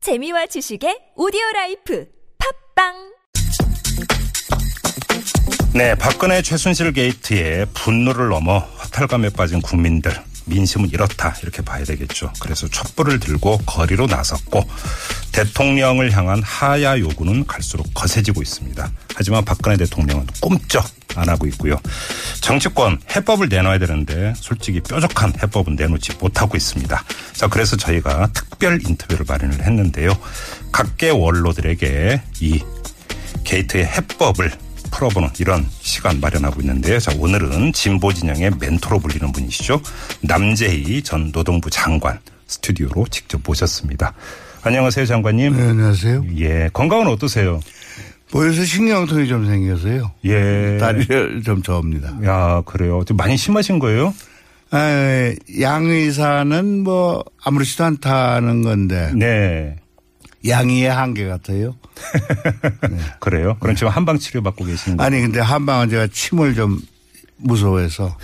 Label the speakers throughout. Speaker 1: 재미와 지식의 오디오 라이프 팝빵
Speaker 2: 네, 박근혜 최순실 게이트에 분노를 넘어 허탈감에 빠진 국민들 민심은 이렇다 이렇게 봐야 되겠죠. 그래서 촛불을 들고 거리로 나섰고 대통령을 향한 하야 요구는 갈수록 거세지고 있습니다. 하지만 박근혜 대통령은 꿈쩍 안 하고 있고요. 정치권 해법을 내놔야 되는데 솔직히 뾰족한 해법은 내놓지 못하고 있습니다. 자, 그래서 저희가 특별 인터뷰를 마련을 했는데요. 각계 원로들에게 이 게이트의 해법을 풀어보는 이런 시간 마련하고 있는데요. 자, 오늘은 진보 진영의 멘토로 불리는 분이시죠. 남재희 전 노동부 장관 스튜디오로 직접 모셨습니다. 안녕하세요, 장관님.
Speaker 3: 네, 안녕하세요.
Speaker 2: 예, 건강은 어떠세요?
Speaker 3: 보여서 신경통이 좀 생겨서요.
Speaker 2: 예.
Speaker 3: 다리를 좀 접니다.
Speaker 2: 야, 그래요. 좀 많이 심하신 거예요?
Speaker 3: 에, 양의사는 뭐 아무렇지도 않다는 건데
Speaker 2: 네.
Speaker 3: 양의의 한계 같아요.
Speaker 2: 그래요. 그럼 지금 한방 치료 받고 계시는 거예요?
Speaker 3: 아니 근데 한방은 제가 침을 좀 무서워해서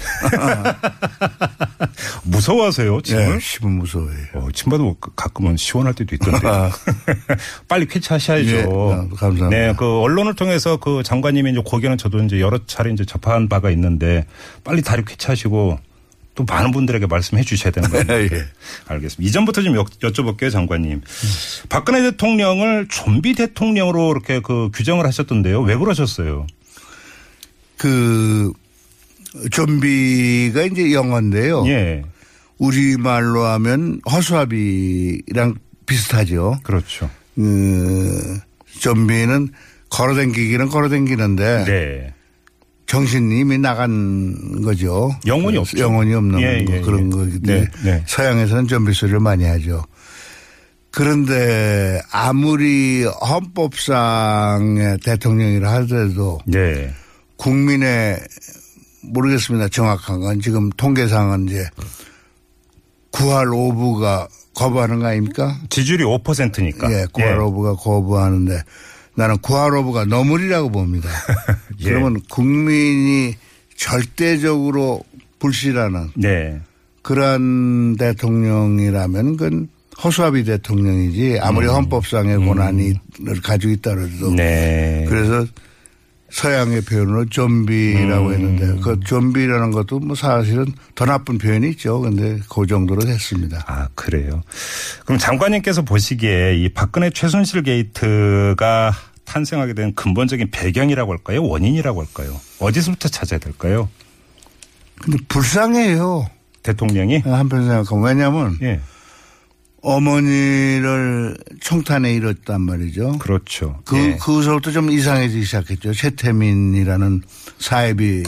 Speaker 2: 무서워하세요, 지금?
Speaker 3: 예, 침을 무서워해요. 아,
Speaker 2: 어, 침바도 가끔은 시원할 때도 있던데. 빨리 쾌차하셔야죠.
Speaker 3: 예, 아, 감사합니다.
Speaker 2: 네, 그 언론을 통해서 그 장관님이 이제 고견은 저도 이제 여러 차례 이제 접한 바가 있는데 빨리 다리 쾌차하시고 또 많은 분들에게 말씀해 주셔야 되는 거예요.
Speaker 3: 예.
Speaker 2: 알겠습니다. 이전부터 좀 여, 여쭤볼게요, 장관님. 박근혜 대통령을 좀비 대통령으로 이렇게 그 규정을 하셨던데요. 왜 그러셨어요?
Speaker 3: 그 좀비가 이제 영어인데요.
Speaker 2: 예.
Speaker 3: 우리 말로 하면 허수아비랑 비슷하죠.
Speaker 2: 그렇죠.
Speaker 3: 그 좀비는 걸어댕기기는 걸어댕기는데
Speaker 2: 네.
Speaker 3: 정신이 이미 나간 거죠. 그
Speaker 2: 영혼이 없죠.
Speaker 3: 영혼이 없는
Speaker 2: 예,
Speaker 3: 거,
Speaker 2: 예,
Speaker 3: 그런
Speaker 2: 예.
Speaker 3: 거기 때문에
Speaker 2: 네, 네.
Speaker 3: 서양에서는 좀비 소리를 많이 하죠. 그런데 아무리 헌법상의 대통령이라 하더라도
Speaker 2: 네.
Speaker 3: 국민의 모르겠습니다. 정확한 건 지금 통계상은 이제 9할 5부가 거부하는 거 아닙니까?
Speaker 2: 지지율이 5%니까.
Speaker 3: 예, 구하로브가 거부하는데 나는 구하로브가 너물이라고 봅니다.
Speaker 2: 예.
Speaker 3: 그러면 국민이 절대적으로 불신하는
Speaker 2: 네.
Speaker 3: 그런 대통령이라면 그건 허수아비 대통령이지 아무리 헌법상의 권한을 가지고 있다 그래도
Speaker 2: 음. 네.
Speaker 3: 그래서 서양의 표현으로 좀비라고
Speaker 2: 음.
Speaker 3: 했는데 그 좀비라는 것도 뭐 사실은 더 나쁜 표현이 있죠. 근데 그 정도로 됐습니다.
Speaker 2: 아, 그래요. 그럼 장관님께서 보시기에 이 박근혜 최순실 게이트가 탄생하게 된 근본적인 배경이라고 할까요? 원인이라고 할까요? 어디서부터 찾아야 될까요?
Speaker 3: 근데 불쌍해요.
Speaker 2: 대통령이?
Speaker 3: 한편 생각하면 왜냐하면
Speaker 2: 예.
Speaker 3: 어머니를 총탄에 잃었단 말이죠.
Speaker 2: 그렇죠.
Speaker 3: 그,
Speaker 2: 예.
Speaker 3: 그후서부터 좀 이상해지기 시작했죠. 최태민이라는 사회비.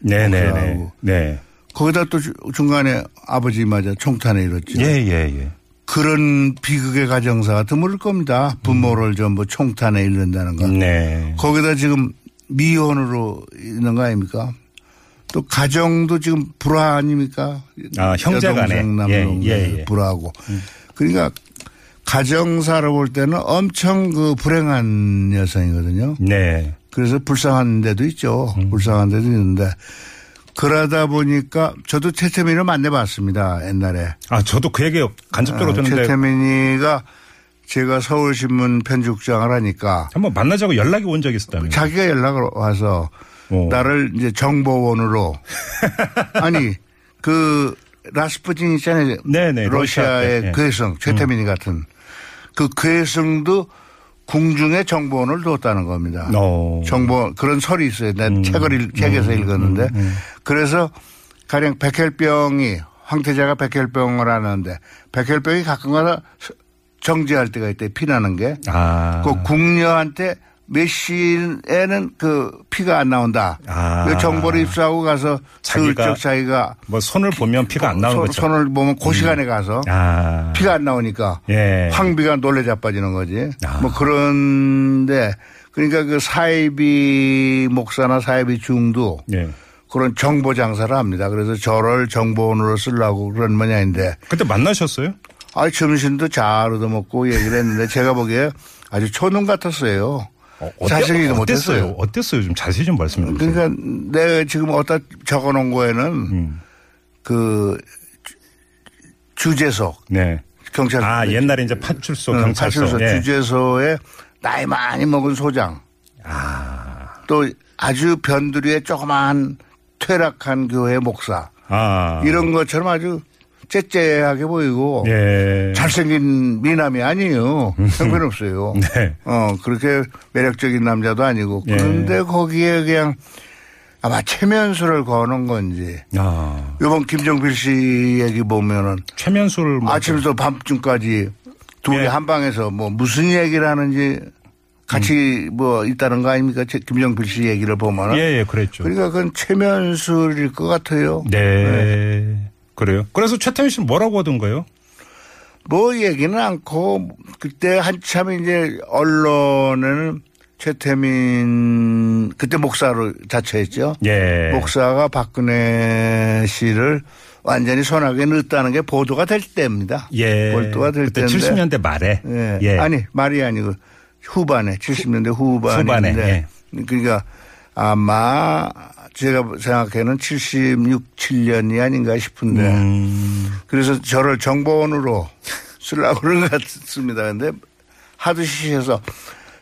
Speaker 2: 네네네.
Speaker 3: 그거하고.
Speaker 2: 네.
Speaker 3: 거기다 또 주- 중간에 아버지마저 총탄에 잃었죠.
Speaker 2: 예, 예, 예. 드물
Speaker 3: 그런 비극의 가정사가 드물 겁니다. 부모를 전부 총탄에 잃는다는 건.
Speaker 2: 네.
Speaker 3: 거기다 지금 미혼으로 있는 거 아닙니까? 또 가정도 지금 불화 아닙니까?
Speaker 2: 아, 형제 간에.
Speaker 3: 여동생, 남동생
Speaker 2: 예, 예, 예.
Speaker 3: 불화하고. 그러니까 가정사로 볼 때는 엄청 그 불행한 여성이거든요.
Speaker 2: 네.
Speaker 3: 그래서 불쌍한 데도 있죠.
Speaker 2: 음.
Speaker 3: 불쌍한 데도 있는데 그러다 보니까 저도 최태민을 만나봤습니다. 옛날에.
Speaker 2: 아, 저도 그 얘기 간접적으로
Speaker 3: 아,
Speaker 2: 듣는데
Speaker 3: 최태민이가 제가 서울신문 편집국장을 하니까
Speaker 2: 한번 만나자고 연락이 온 적이 있었다면.
Speaker 3: 자기가 연락을 와서
Speaker 2: 어.
Speaker 3: 나를 이제 정보원으로 아니 그 라스푸틴 있잖아요.
Speaker 2: 네네, 러시아 때,
Speaker 3: 러시아의
Speaker 2: 예.
Speaker 3: 괴성 최태민이 같은 그 괴성도 궁중에 정보원을 뒀다는 겁니다.
Speaker 2: 어. 음.
Speaker 3: 정보 그런 설이 있어요. 내 책을 읽- 책에서 읽었는데 그래서 가령 백혈병이 황태자가 백혈병을 하는데 백혈병이 가끔가다 정지할 때가 있대 피나는 게
Speaker 2: 아.
Speaker 3: 그 궁녀한테 몇 시에는 그 피가 안 나온다.
Speaker 2: 아.
Speaker 3: 그 정보를 입수하고 가서
Speaker 2: 자기가
Speaker 3: 슬쩍 자기가
Speaker 2: 뭐 손을 보면 피가 안 나오는
Speaker 3: 손-
Speaker 2: 거죠. 음.
Speaker 3: 손을 보면 그 시간에 가서
Speaker 2: 아.
Speaker 3: 피가 안 나오니까
Speaker 2: 예.
Speaker 3: 황비가 놀래 자빠지는 거지.
Speaker 2: 아.
Speaker 3: 뭐 그런데 그러니까 그 사이비 목사나 사이비 중도
Speaker 2: 예.
Speaker 3: 그런 정보 장사를 합니다. 그래서 저를 정보원으로 쓰려고 그런 모양인데
Speaker 2: 그때 만나셨어요?
Speaker 3: 아 점심도 잘 얻어먹고 얘기를 했는데 제가 보기에 아주 초능 같았어요.
Speaker 2: 어, 어때-
Speaker 3: 자신이도 못했어요.
Speaker 2: 어땠어요? 좀 자세히 좀 말씀해 주세요.
Speaker 3: 그러니까 내가 지금 어디다
Speaker 2: 음.
Speaker 3: 적어놓은 거에는 그 주- 주제석
Speaker 2: 네.
Speaker 3: 경찰.
Speaker 2: 아, 옛날에 이제 파출소,
Speaker 3: 응,
Speaker 2: 경찰서.
Speaker 3: 파출소
Speaker 2: 예.
Speaker 3: 주재소에 나이 많이 먹은 소장.
Speaker 2: 아.
Speaker 3: 또 아주 변두리에 조그만 퇴락한 교회 목사.
Speaker 2: 아.
Speaker 3: 이런 것처럼 아주 째째하게 보이고
Speaker 2: 예.
Speaker 3: 잘생긴 미남이 아니에요. 상관없어요.
Speaker 2: 네.
Speaker 3: 어, 그렇게 매력적인 남자도 아니고.
Speaker 2: 예.
Speaker 3: 그런데 거기에 그냥 아마 체면수를 거는 건지.
Speaker 2: 아.
Speaker 3: 요번 김정필 씨 얘기 보면은
Speaker 2: 최면술. 뭐-
Speaker 3: 아침부터 밤중까지 둘이
Speaker 2: 예.
Speaker 3: 한 방에서 뭐 무슨 얘기를 하는지 같이 뭐 있다는 거 아닙니까? 제- 김정필 씨 얘기를 보면은.
Speaker 2: 음. 예, 예, 그랬죠.
Speaker 3: 그러니까 그건 체면술일 것 같아요.
Speaker 2: 네. 그래요. 그래서 최태민 씨는 뭐라고 하던가요?
Speaker 3: 뭐 얘기는 않고 그때 한참 이제 언론에는 최태민 그때 목사로 자처했죠.
Speaker 2: 예.
Speaker 3: 목사가 박근혜 씨를 완전히 손아귀에 넣었다는 게 보도가 될 때입니다.
Speaker 2: 예.
Speaker 3: 보도가 될
Speaker 2: 그때
Speaker 3: 때인데.
Speaker 2: 70년대 말에.
Speaker 3: 예. 아니 말이 아니고 후반에 70년대 후반인데
Speaker 2: 후반에, 예.
Speaker 3: 그러니까 아마 제가 생각하기에는 76, 7년이 아닌가 싶은데
Speaker 2: 음.
Speaker 3: 그래서 저를 정보원으로 쓰려고 그런 것 같습니다. 근데 하도 시시해서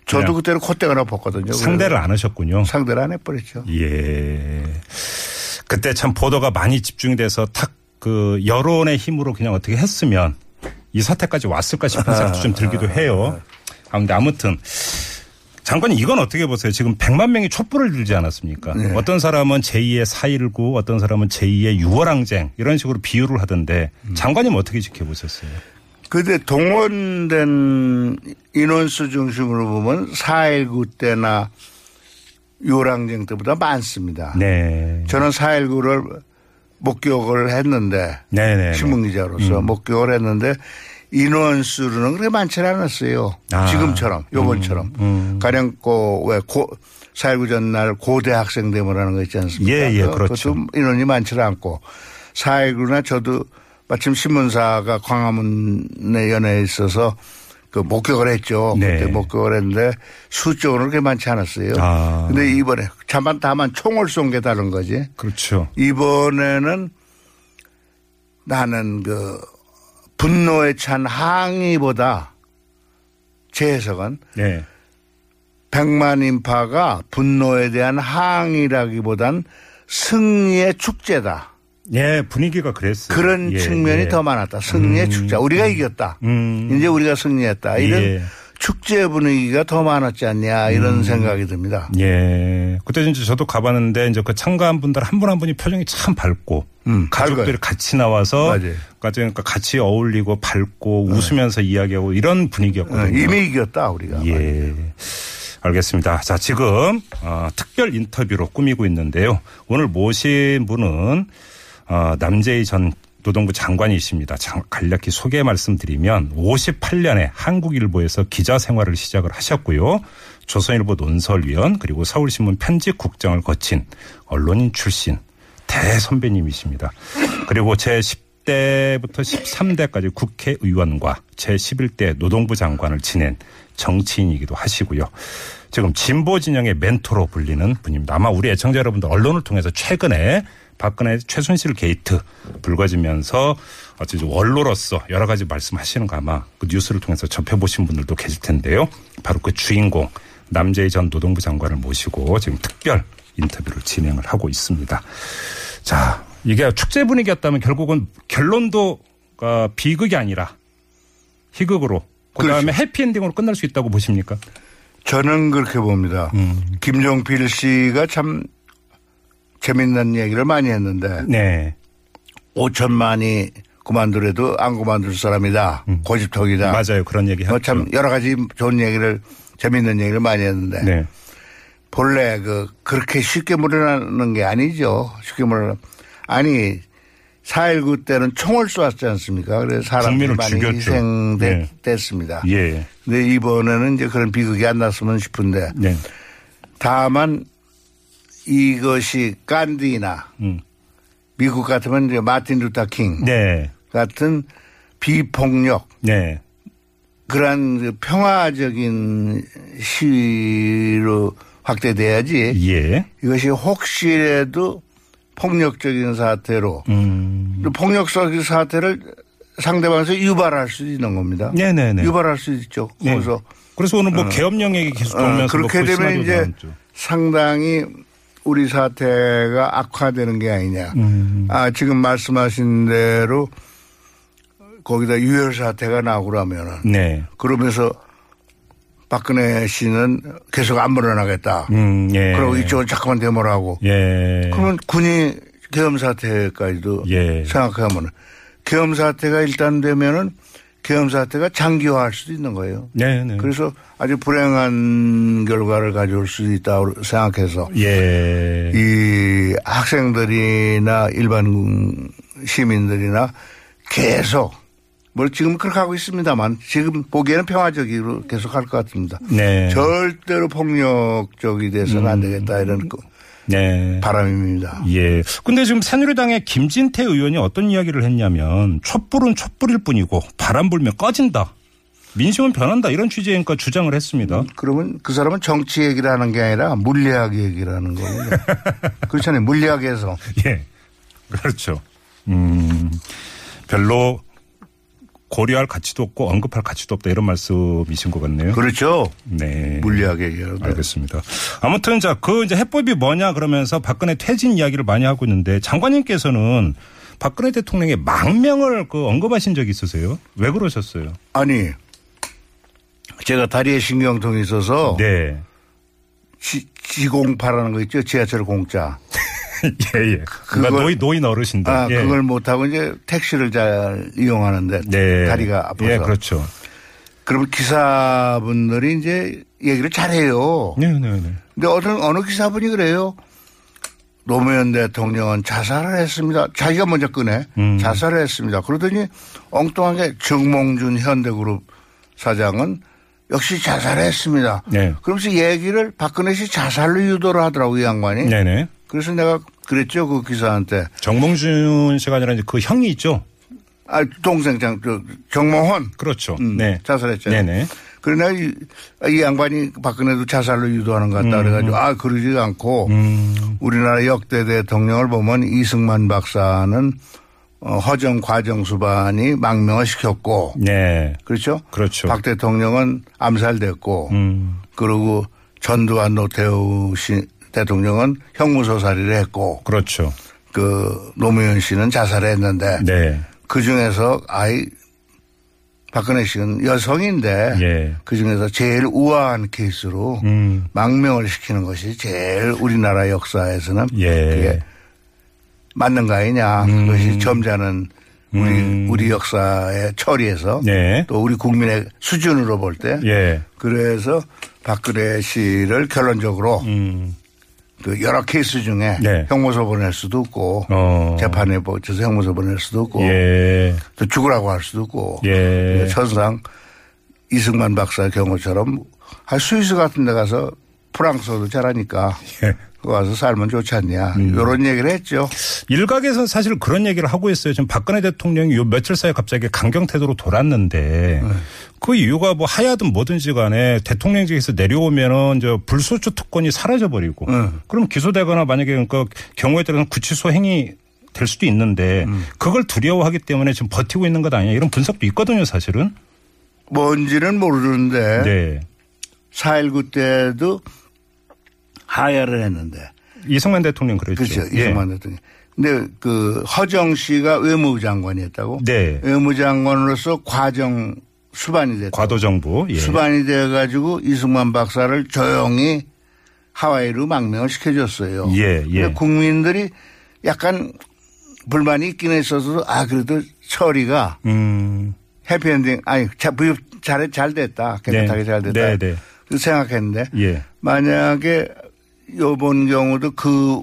Speaker 3: 저도
Speaker 2: 그냥
Speaker 3: 그때는 콧대가 나빴거든요.
Speaker 2: 예. 상대를 안 하셨군요.
Speaker 3: 그래서 상대를 안 해버렸죠.
Speaker 2: 예. 그때 참 보도가 많이 집중이 돼서 탁 그 여론의 힘으로 그냥 어떻게 했으면 이 사태까지 왔을까 싶은 생각도 좀 들기도 해요. 아, 근데 아무튼 장관님 이건 어떻게 보세요? 지금 100만 명이 촛불을 들지 않았습니까?
Speaker 3: 네.
Speaker 2: 어떤 사람은 제2의 4.19 어떤 사람은 제2의 6월항쟁 이런 식으로 비유를 하던데 장관님 어떻게 지켜보셨어요?
Speaker 3: 그때 동원된 인원수 중심으로 보면 4.19 때나 요랑쟁 때보다 많습니다.
Speaker 2: 네.
Speaker 3: 저는 4.19를 목격을 했는데
Speaker 2: 네네. 음.
Speaker 3: 신문기자로서 목격을 했는데 인원수로는 그렇게 많지는 않았어요.
Speaker 2: 아. 음,
Speaker 3: 지금처럼 요번처럼 가령 그왜고 4.19 전날 고대 학생 데모라는 거 있지 않습니까?
Speaker 2: 예, 예,
Speaker 3: 그-
Speaker 2: 그렇죠.
Speaker 3: 그것도 인원이 많지는 않고 4.19나 저도 마침 신문사가 광화문에 연애에 있어서 그 목격을 했죠.
Speaker 2: 네.
Speaker 3: 그때 목격을 했는데 수적으로 그렇게 많지 않았어요.
Speaker 2: 아.
Speaker 3: 근데 이번에 다만 다만 총을 쏜 게 다른 거지.
Speaker 2: 그렇죠.
Speaker 3: 이번에는 나는 그 분노에 찬 항의보다 제 해석은
Speaker 2: 네.
Speaker 3: 백만 인파가 분노에 대한 항의라기보단 승리의 축제다.
Speaker 2: 예, 분위기가 그랬어요.
Speaker 3: 그런
Speaker 2: 예,
Speaker 3: 측면이
Speaker 2: 예.
Speaker 3: 더 많았다. 승리의 축제. 우리가 이겼다.
Speaker 2: 음.
Speaker 3: 이제 우리가 승리했다. 이런
Speaker 2: 예. 음.
Speaker 3: 축제 분위기가 더 많았지 않냐 이런 생각이 듭니다.
Speaker 2: 예. 그때 이제 저도 가봤는데 이제 그 참가한 분들 한 분 한 분이 표정이 참 밝고
Speaker 3: 음,
Speaker 2: 가족들이
Speaker 3: 밝아요.
Speaker 2: 같이 나와서
Speaker 3: 맞아요.
Speaker 2: 그러니까 같이 어울리고 밝고 웃으면서 이야기하고 이런
Speaker 3: 어,
Speaker 2: 분위기였거든요.
Speaker 3: 이미 이겼다 우리가.
Speaker 2: 예. 알겠습니다. 자, 지금 어, 특별 인터뷰로 꾸미고 있는데요. 오늘 모신 분은 어, 남재희 전 노동부 장관이십니다. 장- 간략히 소개 말씀드리면 58년에 한국일보에서 기자 생활을 시작을 하셨고요. 조선일보 논설위원 그리고 서울신문 편집국장을 거친 언론인 출신 대선배님이십니다. 그리고 제 10대부터 13대까지 국회의원과 제 11대 노동부 장관을 지낸 정치인이기도 하시고요. 지금 진보 진영의 멘토로 불리는 분입니다. 아마 우리 애청자 여러분들 언론을 통해서 최근에 박근혜 최순실 게이트 불거지면서 어찌 좀 원로로서 여러 가지 말씀하시는 거 아마 그 뉴스를 통해서 접해보신 분들도 계실 텐데요. 바로 그 주인공 남재희 전 노동부 장관을 모시고 지금 특별 인터뷰를 진행을 하고 있습니다. 자, 이게 축제 분위기였다면 결국은 결론도 어, 비극이 아니라 희극으로 그다음에
Speaker 3: 그렇죠.
Speaker 2: 해피엔딩으로 끝날 수 있다고 보십니까?
Speaker 3: 저는 그렇게 봅니다.
Speaker 2: 음.
Speaker 3: 김종필 씨가 참 재밌는 얘기를 많이 했는데
Speaker 2: 네.
Speaker 3: 5천만이 그만두래도 안 그만둘 사람이다. 고집통이다.
Speaker 2: 음. 맞아요. 음. 그런 얘기
Speaker 3: 뭐
Speaker 2: 하죠.
Speaker 3: 참 여러 가지 좋은 얘기를 재밌는 얘기를 많이 했는데
Speaker 2: 네.
Speaker 3: 본래 그 그렇게 쉽게 물어나는 게 아니죠. 쉽게 물어 아니 4.19 때는 총을 쏘았지 않습니까? 그래서 사람들이
Speaker 2: 국민을
Speaker 3: 많이
Speaker 2: 죽였죠. 네.
Speaker 3: 희생됐습니다.
Speaker 2: 예.
Speaker 3: 근데 이번에는 이제 그런 비극이 안 났으면 싶은데
Speaker 2: 네.
Speaker 3: 다만 이것이 깐디나 미국 같으면 이제 마틴 루터 킹
Speaker 2: 음. 네.
Speaker 3: 같은 비폭력
Speaker 2: 네.
Speaker 3: 그러한 그 평화적인 시위로 확대돼야지
Speaker 2: 예.
Speaker 3: 이것이
Speaker 2: 음.
Speaker 3: 혹시라도 폭력적인 사태로 또 폭력적인 사태를 상대방에서 유발할 수 있는 겁니다.
Speaker 2: 네네네.
Speaker 3: 유발할 수 있죠.
Speaker 2: 네.
Speaker 3: 그래서
Speaker 2: 그래서 오늘 뭐 개업령 얘기 계속
Speaker 3: 어,
Speaker 2: 돌면서
Speaker 3: 아, 그렇게
Speaker 2: 뭐
Speaker 3: 되면
Speaker 2: 시나리오도
Speaker 3: 이제
Speaker 2: 나왔죠.
Speaker 3: 상당히 우리 사태가 악화되는 게 아니냐.
Speaker 2: 음.
Speaker 3: 아, 지금 말씀하신 대로 거기다 유혈 사태가 나오라면은
Speaker 2: 네.
Speaker 3: 그러면서 박근혜 씨는 계속 안 물러나겠다.
Speaker 2: 음, 예.
Speaker 3: 그리고 이쪽은 자꾸만 데모라고.
Speaker 2: 예.
Speaker 3: 그러면 군이 계엄 사태까지도
Speaker 2: 예.
Speaker 3: 생각하면 계엄 사태가 일단 되면은 계엄 사태가 장기화할 수도 있는 거예요.
Speaker 2: 네, 네.
Speaker 3: 그래서 아주 불행한 결과를 가져올 수도 있다고 생각해서
Speaker 2: 네. 예.
Speaker 3: 이 학생들이나 일반 시민들이나 계속 뭘 지금 그렇게 하고 있습니다만 지금 보기에는 평화적으로 계속 할 것 같습니다.
Speaker 2: 네. 음.
Speaker 3: 절대로 폭력적이 돼서는 안 되겠다 이런 그
Speaker 2: 네.
Speaker 3: 바람입니다.
Speaker 2: 예. 근데 지금 새누리당의 김진태 의원이 어떤 이야기를 했냐면 촛불은 촛불일 뿐이고 바람 불면 꺼진다. 민심은 변한다. 이런 취지의 그러니까 주장을 했습니다.
Speaker 3: 그러면 그 사람은 정치 얘기를 하는 게 아니라 물리학 얘기를 하는 겁니다. 그렇잖아요. 물리학에서.
Speaker 2: 예. 그렇죠. 음. 별로 고려할 가치도 없고 언급할 가치도 없다. 이런 말씀이신 것 같네요.
Speaker 3: 그렇죠.
Speaker 2: 네.
Speaker 3: 물리학 얘기하는데.
Speaker 2: 알겠습니다. 아무튼 자, 그 이제 해법이 뭐냐 그러면서 박근혜 퇴진 이야기를 많이 하고 있는데 장관님께서는 박근혜 대통령의 망명을 그 언급하신 적이 있으세요? 왜 그러셨어요?
Speaker 3: 아니, 제가 다리에 신경통이 있어서
Speaker 2: 네.
Speaker 3: 지, 지공파라는 거 있죠. 지하철 공짜.
Speaker 2: 예, 예. 그러니까
Speaker 3: 그걸-
Speaker 2: 노인, 노인 어르신들.
Speaker 3: 아,
Speaker 2: 예.
Speaker 3: 그걸 못하고 이제 택시를 잘 이용하는데
Speaker 2: 네.
Speaker 3: 다리가 아파서.
Speaker 2: 예, 그렇죠.
Speaker 3: 그러면 기사분들이 이제 얘기를 잘해요.
Speaker 2: 네, 네, 네.
Speaker 3: 근데 어느, 어느 기사분이 그래요. 노무현 대통령은 자살을 했습니다. 자기가 먼저 꺼내.
Speaker 2: 음.
Speaker 3: 자살을 했습니다. 그러더니 엉뚱하게 정몽준 현대그룹 사장은 역시 자살을 했습니다.
Speaker 2: 네.
Speaker 3: 그러면서 얘기를 박근혜 씨 자살로 유도를 하더라고, 이 양반이.
Speaker 2: 네, 네.
Speaker 3: 그래서 내가 그랬죠, 그 기사한테.
Speaker 2: 정몽준 씨가 아니라 이제 그 형이 있죠.
Speaker 3: 아, 동생, 장, 저, 정몽헌.
Speaker 2: 그렇죠.
Speaker 3: 음,
Speaker 2: 네.
Speaker 3: 자살했잖아요.
Speaker 2: 네네.
Speaker 3: 그러나 이, 이 양반이 박근혜도 자살로 유도하는 것 같다 그래가지고 아 그러지 않고 음. 우리나라 역대 대통령을 보면 이승만 박사는 어, 허정 과정수반이 망명을 시켰고
Speaker 2: 네.
Speaker 3: 그렇죠? 음.
Speaker 2: 그렇죠.
Speaker 3: 박 대통령은 암살됐고 그리고 전두환 노태우 씨 대통령은 형무소살이를 했고
Speaker 2: 그렇죠.
Speaker 3: 그 노무현 씨는 자살했는데
Speaker 2: 네.
Speaker 3: 그 중에서 아이 박근혜 씨는 여성인데
Speaker 2: 예. 음.
Speaker 3: 그 중에서 제일 우아한 케이스로 망명을 시키는 것이 제일 우리나라 역사에서는
Speaker 2: 예. 음.
Speaker 3: 그게 맞는 거 아니냐 그것이 점잖은 우리 우리 역사의 처리에서
Speaker 2: 네.
Speaker 3: 또 우리 국민의 수준으로 볼 때
Speaker 2: 예.
Speaker 3: 그래서 박근혜 씨를 결론적으로 그 여러 케이스 중에
Speaker 2: 음. 네.
Speaker 3: 형무소 보낼 수도 없고
Speaker 2: 어.
Speaker 3: 재판에 붙여서 형무소 보낼 수도 없고
Speaker 2: 예.
Speaker 3: 또그 죽으라고 할 수도 없고
Speaker 2: 예.
Speaker 3: 천상 이승만 박사의 경우처럼 한 스위스 같은 데 가서 프랑스어도 잘하니까
Speaker 2: 예.
Speaker 3: 그거 와서 살면 좋지 않냐
Speaker 2: 음.
Speaker 3: 이런 얘기를 했죠.
Speaker 2: 일각에서는 사실 그런 얘기를 하고 있어요. 지금 박근혜 대통령이 요 며칠 사이에 갑자기 강경 태도로 돌았는데
Speaker 3: 네.
Speaker 2: 그 이유가 뭐 하야든 뭐든지 간에 대통령직에서 내려오면은 저 불소추 특권이 사라져 버리고
Speaker 3: 네.
Speaker 2: 그럼 기소되거나 만약에 그러니까 경우에 따라서는 구치소 행위 될 수도 있는데
Speaker 3: 음.
Speaker 2: 그걸 두려워하기 때문에 지금 버티고 있는 것 아니냐 이런 분석도 있거든요 사실은.
Speaker 3: 뭔지는 모르는데
Speaker 2: 네.
Speaker 3: 4.19 때도 하야를 했는데
Speaker 2: 이승만 대통령 그랬죠.
Speaker 3: 그렇죠.
Speaker 2: 예.
Speaker 3: 이승만 대통령. 근데 그 허정 씨가 외무부 장관이었다고?
Speaker 2: 네.
Speaker 3: 외무부 장관으로서 과정 수반이 됐다.
Speaker 2: 과도 정부. 예.
Speaker 3: 수반이 돼가지고 이승만 박사를 조용히 하와이로 망명을 시켜줬어요.
Speaker 2: 예, 예.
Speaker 3: 근데 국민들이 약간 불만이 있긴 했어도 아 그래도 처리가
Speaker 2: 음.
Speaker 3: 해피엔딩 아니 자, 부유 잘잘 됐다 깨끗하게
Speaker 2: 네.
Speaker 3: 잘 됐다
Speaker 2: 네, 네.
Speaker 3: 그렇게 생각했는데
Speaker 2: 예.
Speaker 3: 만약에 요번 경우도 그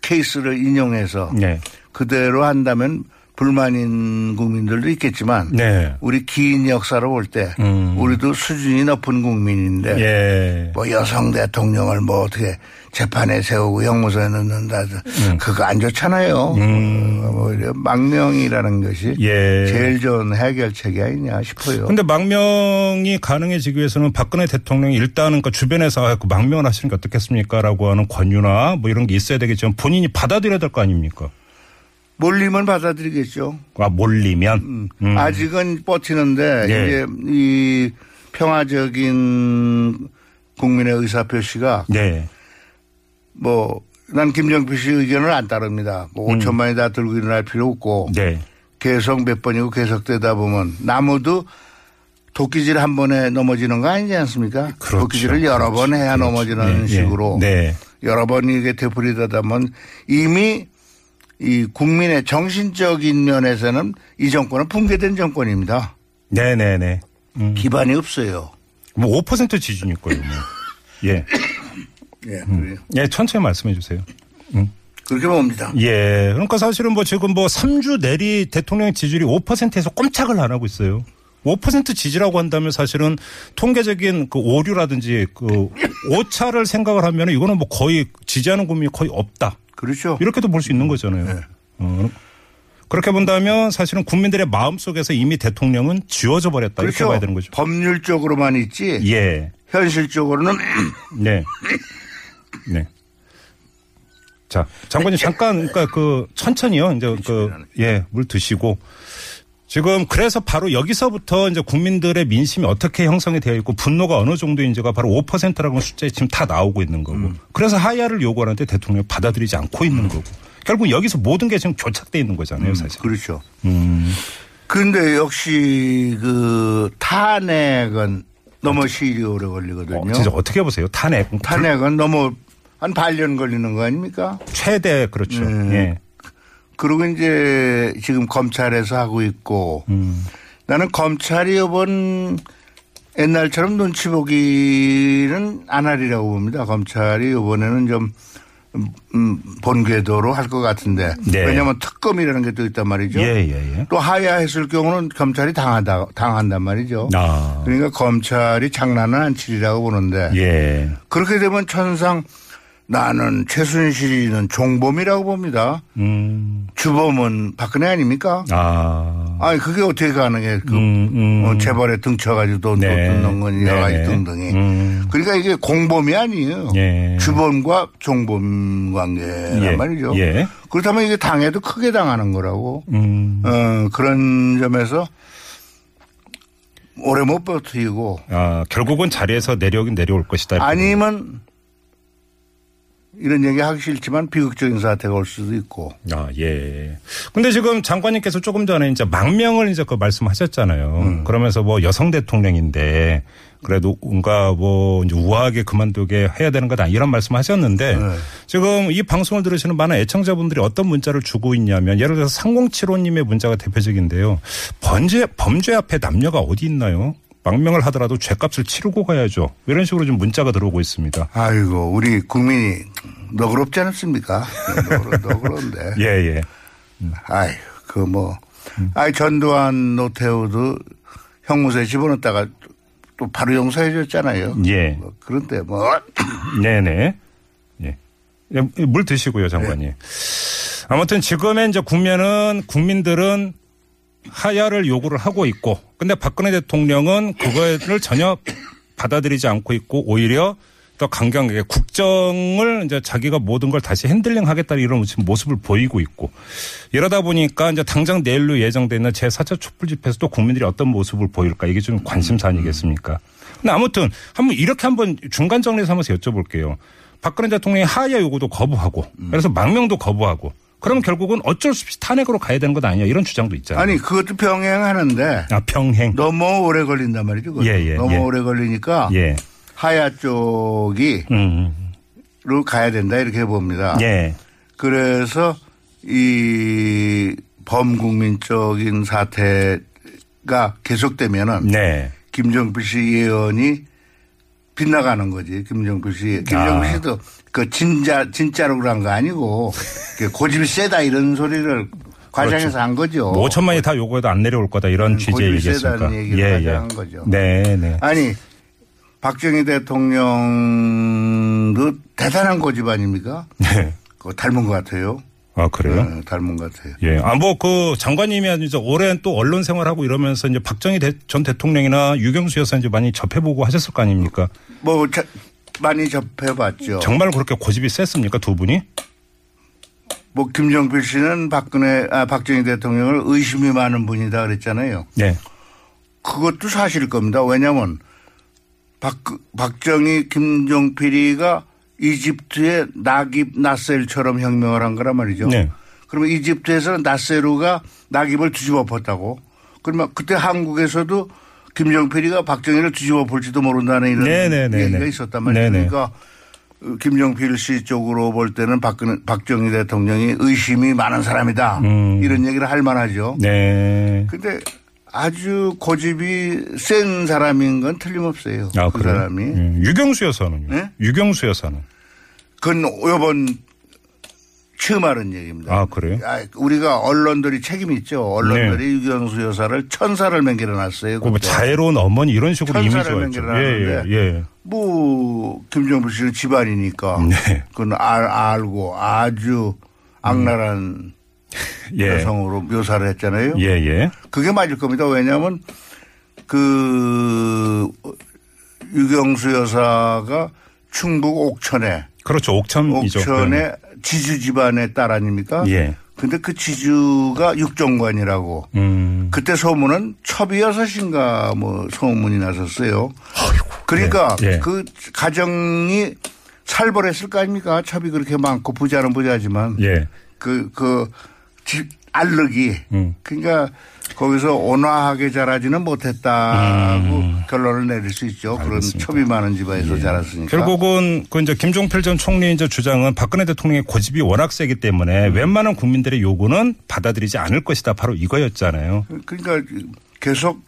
Speaker 3: 케이스를 인용해서
Speaker 2: 네.
Speaker 3: 그대로 한다면 불만인 국민들도 있겠지만
Speaker 2: 네. 음.
Speaker 3: 우리 긴 역사로 볼 때 우리도 수준이 높은 국민인데
Speaker 2: 예.
Speaker 3: 뭐 여성 대통령을 뭐 어떻게 재판에 세우고 형무소에 넣는다
Speaker 2: 음.
Speaker 3: 그거 안 좋잖아요. 어, 뭐 이래 망명이라는 것이
Speaker 2: 예.
Speaker 3: 제일 좋은 해결책이 아니냐 싶어요.
Speaker 2: 근데 망명이 가능해지기 위해서는 박근혜 대통령이 일단은 그 주변에서 아, 그 망명을 하시는 게 어떻겠습니까? 라고 하는 권유나 뭐 이런 게 있어야 되겠지만 본인이 받아들여야 될 거 아닙니까?
Speaker 3: 몰리면 받아들이겠죠.
Speaker 2: 아, 몰리면 음.
Speaker 3: 아직은 버티는데
Speaker 2: 예.
Speaker 3: 이제 이 평화적인 국민의 의사 표시가
Speaker 2: 네.
Speaker 3: 뭐 난 김정필 씨 의견을 안 따릅니다. 뭐 5천만이 다 들고 일어날 필요 없고
Speaker 2: 음. 네.
Speaker 3: 계속 몇 번이고 계속되다 보면 나무도 도끼질 한 번에 넘어지는 거 아니지 않습니까?
Speaker 2: 그렇죠.
Speaker 3: 도끼질을 여러 번 해야
Speaker 2: 그렇죠.
Speaker 3: 넘어지는
Speaker 2: 예, 예.
Speaker 3: 식으로
Speaker 2: 네.
Speaker 3: 여러 번 이게 되풀이되다 보면 이미 이 국민의 정신적인 면에서는 이 정권은 붕괴된 정권입니다.
Speaker 2: 네, 네, 네. 음.
Speaker 3: 기반이 없어요.
Speaker 2: 뭐5% 지준일 거예요. 뭐. 예.
Speaker 3: 예, 그래요.
Speaker 2: 예, 천천히 말씀해 주세요.
Speaker 3: 그렇게 봅니다.
Speaker 2: 예. 그러니까 사실은 뭐 지금 뭐 3주 내리 대통령 지지율이 5%에서 꼼짝을 안 하고 있어요. 5% 지지라고 한다면 사실은 통계적인 그 오류라든지 그 오차를 생각을 하면 이거는 뭐 거의 지지하는 국민이 거의 없다.
Speaker 3: 그렇죠.
Speaker 2: 이렇게도 볼 수 있는 거잖아요.
Speaker 3: 네.
Speaker 2: 어, 그렇게 본다면 사실은 국민들의 마음 속에서 이미 대통령은 지워져 버렸다. 이렇게
Speaker 3: 그렇죠.
Speaker 2: 봐야 되는 거죠.
Speaker 3: 법률적으로만 있지
Speaker 2: 예.
Speaker 3: 현실적으로는
Speaker 2: 네. 네. 자, 장관님 잠깐 그러니까 그 천천히요. 이제 그예물 드시고 지금 그래서 바로 여기서부터 이제 국민들의 민심이 어떻게 형성이 되어 있고 분노가 어느 정도인지가 바로 5%라는 숫자에 지금 다 나오고 있는 거고 그래서 하야를 요구하는데 대통령 이 받아들이지 않고 있는 거고 결국 여기서 모든 게 지금 교착돼 있는 거잖아요, 어, 사실.
Speaker 3: 그렇죠.
Speaker 2: 음.
Speaker 3: 그런데 역시 그 탄핵은 너무 시일이 오래 걸리거든요.
Speaker 2: 어, 진짜 어떻게 보세요? 탄핵,
Speaker 3: 탄핵은 너무 한 8년 걸리는 거 아닙니까?
Speaker 2: 최대 그렇죠. 예.
Speaker 3: 그리고 이제 지금 검찰에서 하고 있고
Speaker 2: 음.
Speaker 3: 나는 검찰이 이번 옛날처럼 눈치 보기는 안 하리라고 봅니다. 검찰이 이번에는 좀 음, 본궤도로 할 것 같은데
Speaker 2: 네.
Speaker 3: 왜냐하면 특검이라는 게 또 있단 말이죠.
Speaker 2: 예, 예, 예.
Speaker 3: 또 하야했을 경우는 검찰이 당하다 당한단 말이죠.
Speaker 2: 아.
Speaker 3: 그러니까 검찰이 장난은 안 치리라고 보는데
Speaker 2: 예.
Speaker 3: 그렇게 되면 천상 나는 최순실이는 종범이라고 봅니다.
Speaker 2: 음.
Speaker 3: 주범은 박근혜 아닙니까?
Speaker 2: 아.
Speaker 3: 아니 그게 어떻게 가능해? 그
Speaker 2: 음, 음.
Speaker 3: 어, 재벌에 등쳐가지고 돈
Speaker 2: 네.
Speaker 3: 뜯는 건 여러 가지
Speaker 2: 네, 네.
Speaker 3: 등등이.
Speaker 2: 음.
Speaker 3: 그러니까 이게 공범이 아니에요.
Speaker 2: 예.
Speaker 3: 주범과 종범 관계란
Speaker 2: 예.
Speaker 3: 말이죠.
Speaker 2: 예.
Speaker 3: 그렇다면 이게 당해도 크게 당하는 거라고.
Speaker 2: 음.
Speaker 3: 어, 그런 점에서 오래 못 버티고
Speaker 2: 아, 결국은 자리에서 내려오긴 내려올 것이다. 이렇게
Speaker 3: 아니면 이런 얘기 하기 싫지만 비극적인 사태가 올 수도 있고
Speaker 2: 아, 예. 근데 지금 장관님께서 조금 전에 이제 망명을 이제 그 말씀하셨잖아요.
Speaker 3: 음.
Speaker 2: 그러면서 뭐 여성 대통령인데 그래도 뭔가 뭐 이제 우아하게 그만두게 해야 되는 거다 이런 말씀 하셨는데
Speaker 3: 네.
Speaker 2: 지금 이 방송을 들으시는 많은 애청자분들이 어떤 문자를 주고 있냐면 예를 들어서 3075님의 문자가 대표적인데요. 범죄, 범죄 앞에 남녀가 어디 있나요? 망명을 하더라도 죄값을 치르고 가야죠. 이런 식으로 좀 문자가 들어오고 있습니다.
Speaker 3: 아이고 우리 국민이 너그럽지 않습니까? 너그러, 너그러운데
Speaker 2: 예, 예.
Speaker 3: 아이 그 뭐 아이 전두환 노태우도 형무소에 집어넣다가 또 바로 용서해줬잖아요.
Speaker 2: 예.
Speaker 3: 뭐 그런데 뭐
Speaker 2: 네네. 예. 예, 물 드시고요, 장관님. 아무튼 지금의 이제 국면은 국민들은 하야를 요구를 하고 있고, 근데 박근혜 대통령은 그거를 전혀 받아들이지 않고 있고, 오히려 더 강경하게 국정을 이제 자기가 모든 걸 다시 핸들링 하겠다 이런 지금 모습을 보이고 있고 이러다 보니까 이제 당장 내일로 예정돼 있는 제4차 촛불 집회에서 또 국민들이 어떤 모습을 보일까 이게 좀 관심사 아니겠습니까? 근데 아무튼 한번 이렇게 한번 중간 정리 삼아서 여쭤볼게요. 박근혜 대통령이 하야 요구도 거부하고 그래서 망명도 거부하고 그럼 결국은 어쩔 수 없이 탄핵으로 가야 되는 것 아니야 이런 주장도 있잖아요.
Speaker 3: 아니 그것도 병행하는데
Speaker 2: 아, 평행.
Speaker 3: 너무 아. 오래 걸린단 말이죠. 그것도.
Speaker 2: 예, 예,
Speaker 3: 너무
Speaker 2: 예.
Speaker 3: 오래 걸리니까
Speaker 2: 예.
Speaker 3: 하야 쪽이
Speaker 2: 음.
Speaker 3: 로 가야 된다 이렇게 봅니다.
Speaker 2: 예.
Speaker 3: 그래서 이 범국민적인 사태가 계속되면은
Speaker 2: 네.
Speaker 3: 김정필 씨 예언이 빗나가는 거지. 김정필 씨, 김정필
Speaker 2: 아.
Speaker 3: 씨도 그 진짜 진짜로 그런 거 아니고 그 고집이 세다 이런 소리를 과장해서 한 거죠.
Speaker 2: 뭐 5천만이 다 요구해도 안 내려올 거다 이런 취지의
Speaker 3: 고집이
Speaker 2: 얘기였으니까.
Speaker 3: 어. 음,
Speaker 2: 예,
Speaker 3: 세다는 얘기를 가져간 거죠.
Speaker 2: 네, 네.
Speaker 3: 아니 박정희 대통령도 대단한 고집 아닙니까?
Speaker 2: 네.
Speaker 3: 그거 닮은 것 같아요.
Speaker 2: 아, 그래요?
Speaker 3: 네, 닮은 것 같아요.
Speaker 2: 예. 아, 뭐 그 장관님이 아주 이제 오랜 또 언론 생활하고 이러면서 이제 박정희 대- 전 대통령이나 유경수 여사 이제 많이 접해보고 하셨을 거 아닙니까?
Speaker 3: 뭐 자- 많이 접해봤죠.
Speaker 2: 정말 그렇게 고집이 셌습니까 두 분이?
Speaker 3: 뭐 김정필 씨는 박근혜 아 박정희 대통령을 의심이 많은 분이다 그랬잖아요.
Speaker 2: 네.
Speaker 3: 그것도 사실일 겁니다. 왜냐하면 박, 박정희, 김종필이가 이집트의 나깁 나셀처럼 혁명을 한 거란 말이죠.
Speaker 2: 네.
Speaker 3: 그러면 이집트에서는 나세루가 나깁을 뒤집어 엎었다고. 그러면 그때 한국에서도 김종필이가 박정희를 뒤집어 볼지도 모른다는 이런
Speaker 2: 네네네네.
Speaker 3: 얘기가 있었단 말이죠.
Speaker 2: 네네.
Speaker 3: 그러니까 김종필 씨 쪽으로 볼 때는 박근혜, 박정희 대통령이 의심이 많은 사람이다.
Speaker 2: 음.
Speaker 3: 이런 얘기를 할 만하죠.
Speaker 2: 네.
Speaker 3: 근데 아주 고집이 센 사람인 건 틀림없어요.
Speaker 2: 아,
Speaker 3: 그
Speaker 2: 그래요?
Speaker 3: 사람이.
Speaker 2: 예. 유경수 여사는요?
Speaker 3: 네?
Speaker 2: 유경수 여사는.
Speaker 3: 그건 요번 처음 하는 얘기입니다.
Speaker 2: 아, 그래요?
Speaker 3: 아, 우리가 언론들이 책임이 있죠. 언론들이 유경수 여사를 천사를 맹기려 놨어요.
Speaker 2: 네. 그뭐
Speaker 3: 그때.
Speaker 2: 자애로운 어머니 이런 식으로
Speaker 3: 네. 천사를
Speaker 2: 이미지가 있죠. 예,
Speaker 3: 맹기를
Speaker 2: 예, 예.
Speaker 3: 뭐, 김정필 씨는 집안이니까.
Speaker 2: 네.
Speaker 3: 그건 알, 알고 아주 악랄한
Speaker 2: 음. 예.
Speaker 3: 여성으로 묘사를 했잖아요.
Speaker 2: 예, 예.
Speaker 3: 그게 맞을 겁니다. 왜냐하면 그 유경수 여사가 충북 옥천에
Speaker 2: 그렇죠. 옥천이죠. 그러면.
Speaker 3: 옥천의 지주 집안의 딸 아닙니까?
Speaker 2: 예.
Speaker 3: 근데 그 지주가 육정관이라고
Speaker 2: 음.
Speaker 3: 그때 소문은 첩이여섯인가 뭐 소문이 났었어요. 그러니까
Speaker 2: 예, 예.
Speaker 3: 그 가정이 살벌했을 거 아닙니까? 첩이 그렇게 많고 부자는 부자지만
Speaker 2: 예.
Speaker 3: 그, 그, 지- 알력이.
Speaker 2: 음.
Speaker 3: 그러니까 거기서 온화하게 자라지는 못했다고 결론을 내릴 수 있죠.
Speaker 2: 음. 알겠습니다. 예.
Speaker 3: 그런 첩이 많은 집안에서 자랐으니까.
Speaker 2: 결국은 그 이제 김종필 전 총리 이제 주장은 박근혜 대통령의 고집이 워낙 세기 때문에 웬만한 국민들의 요구는 받아들이지 않을 것이다. 바로 이거였잖아요.
Speaker 3: 그러니까 계속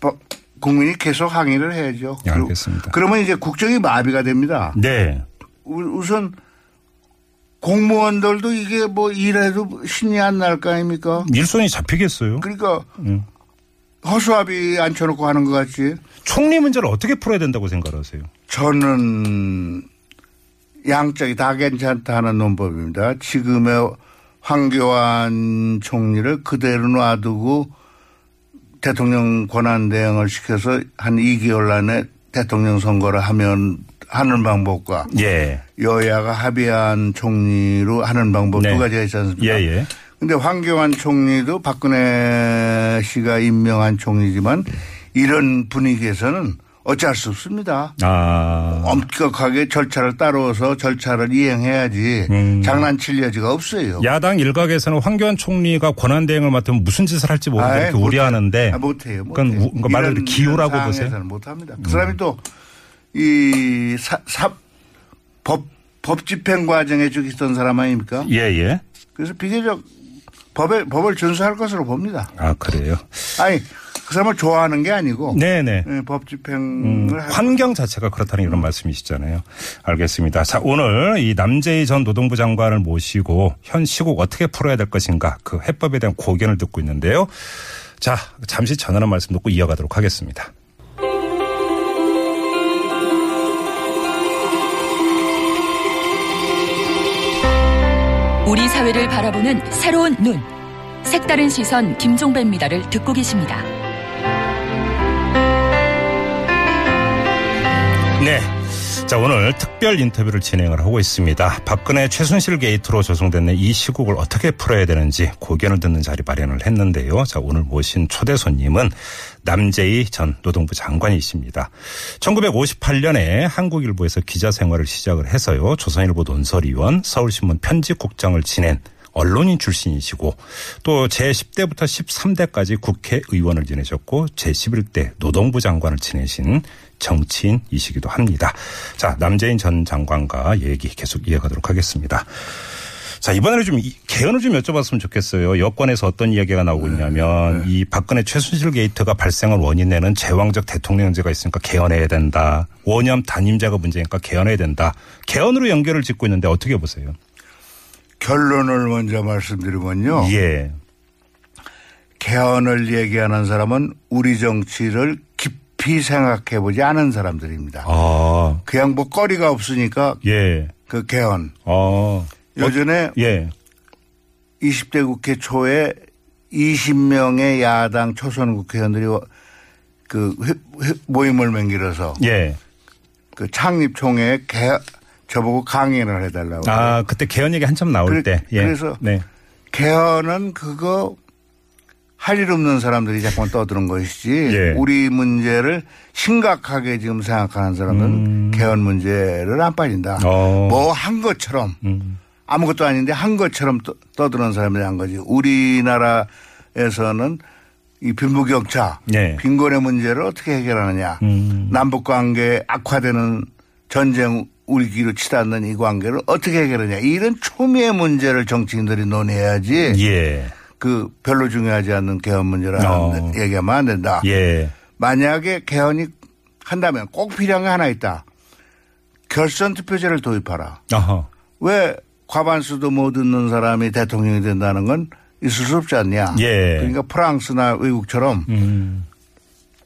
Speaker 3: 바- 국민이 계속 항의를 해야죠.
Speaker 2: 예,
Speaker 3: 그리고-
Speaker 2: 알겠습니다.
Speaker 3: 그러면 이제 국정이 마비가 됩니다.
Speaker 2: 네.
Speaker 3: 우- 우선 공무원들도 이게 뭐 일해도 신이 안 날 거 아닙니까?
Speaker 2: 일손이 잡히겠어요.
Speaker 3: 그러니까
Speaker 2: 음.
Speaker 3: 허수아비 앉혀놓고 하는 것 같지.
Speaker 2: 총리 문제를 어떻게 풀어야 된다고 생각하세요?
Speaker 3: 저는 양쪽이 다 괜찮다는 논법입니다. 지금의 황교안 총리를 그대로 놔두고 대통령 권한 대행을 시켜서 한 2개월 안에 대통령 선거를 하면 하는 방법과
Speaker 2: 예.
Speaker 3: 여야가 합의한 총리로 하는 방법
Speaker 2: 네.
Speaker 3: 두 가지가 있지 않습니까?
Speaker 2: 예, 예.
Speaker 3: 근데 황교안 총리도 박근혜 씨가 임명한 총리지만 이런 분위기에서는 어찌할 수 없습니다.
Speaker 2: 아.
Speaker 3: 엄격하게 절차를 따라서 절차를 이행해야지 장난칠 여지가 없어요.
Speaker 2: 음. 야당 일각에서는 황교안 총리가 권한 대행을 맡으면 무슨 짓을 할지 모르고
Speaker 3: 아이,
Speaker 2: 이렇게
Speaker 3: 못해.
Speaker 2: 우려하는데
Speaker 3: 아, 못해요.
Speaker 2: 그건
Speaker 3: 못해요.
Speaker 2: 우- 그러니까 말을
Speaker 3: 이런
Speaker 2: 기우라고 보세요? 음.
Speaker 3: 상황에서는 못합니다. 그 사람이 또 이 법, 법 집행 과정에 쭉 있던 사람 아닙니까?
Speaker 2: 예, 예.
Speaker 3: 그래서 비교적 법에, 법을 준수할 것으로 봅니다.
Speaker 2: 아, 그래요.
Speaker 3: 아니, 그 사람을 좋아하는 게 아니고
Speaker 2: 네, 음. 네.
Speaker 3: 예, 법 집행을 할
Speaker 2: 환경 자체가 그렇다는 이런 말씀이시잖아요. 알겠습니다. 자, 오늘 이 남재희 전 노동부 장관을 모시고 현 시국 어떻게 풀어야 될 것인가 그 해법에 대한 고견을 듣고 있는데요. 자, 잠시 전하는 말씀 듣고 이어가도록 하겠습니다.
Speaker 4: 우리 사회를 바라보는 새로운 눈. 색다른 시선 김종배입니다를 듣고 계십니다.
Speaker 2: 네. 자, 오늘 특별 인터뷰를 진행을 하고 있습니다. 박근혜 최순실 게이트로 조성된 이 시국을 어떻게 풀어야 되는지 고견을 듣는 자리 마련을 했는데요. 자, 오늘 모신 초대 손님은 남재희 전 노동부 장관이십니다. 1958년에 한국일보에서 기자 생활을 시작을 해서요. 조선일보 논설위원, 서울신문 편집국장을 지낸 언론인 출신이시고 또 제10대부터 13대까지 국회의원을 지내셨고 제11대 노동부 장관을 지내신 정치인이시기도 합니다. 자, 남재인 전 장관과 얘기 계속 이어가도록 하겠습니다. 자, 이번에는 좀 이- 개헌을 좀 여쭤봤으면 좋겠어요. 여권에서 어떤 이야기가 나오고 있냐면 이 박근혜 최순실 게이트가 발생한 원인에는 제왕적 대통령제가 있으니까 개헌해야 된다. 원념 단임제가 문제니까 개헌해야 된다. 개헌으로 연결을 짓고 있는데 어떻게 보세요?
Speaker 3: 결론을 먼저 말씀드리면요.
Speaker 2: 예.
Speaker 3: 개헌을 얘기하는 사람은 우리 정치를 깊이 생각해 보지 않은 사람들입니다.
Speaker 2: 아,
Speaker 3: 그냥 뭐 거리가 없으니까
Speaker 2: 예.
Speaker 3: 그 개헌.
Speaker 2: 아,
Speaker 3: 예전에
Speaker 2: 예.
Speaker 3: 20대 국회 초에 20명의 야당 초선 국회의원들이 그 회- 회- 모임을 맹기려서
Speaker 2: 예.
Speaker 3: 그 창립 총회에 개, 저보고 강연을 해달라고.
Speaker 2: 아, 그때 개헌 얘기 한참 나올
Speaker 3: 그래-
Speaker 2: 때.
Speaker 3: 그래서
Speaker 2: 네.
Speaker 3: 개헌은 그거 할 일 없는 사람들이 자꾸만 떠드는 것이지
Speaker 2: 예.
Speaker 3: 우리 문제를 심각하게 지금 생각하는 사람은 개헌 문제를 안 빠진다.
Speaker 2: 음. 어. 음.
Speaker 3: 뭐 한 것처럼 아무것도 아닌데 한 것처럼 떠- 떠드는 사람이 한 거지. 우리나라에서는 이 빈부격차,
Speaker 2: 예.
Speaker 3: 빈곤의 문제를 어떻게 해결하느냐,
Speaker 2: 음.
Speaker 3: 남북 관계 악화되는 전쟁 울기로 치닫는 이 관계를 어떻게 해결하냐 이런 초미의 문제를 정치인들이 논의해야지
Speaker 2: 예.
Speaker 3: 그 별로 중요하지 않는 개헌 문제를
Speaker 2: 어.
Speaker 3: 하는 데 얘기하면 안 된다.
Speaker 2: 예.
Speaker 3: 만약에 개헌이 한다면 꼭 필요한 게 하나 있다. 결선 투표제를 도입하라.
Speaker 2: 어허.
Speaker 3: 왜 과반수도 못 얻는 사람이 대통령이 된다는 건 있을 수 없지 않냐.
Speaker 2: 예. 음.
Speaker 3: 그러니까 프랑스나 외국처럼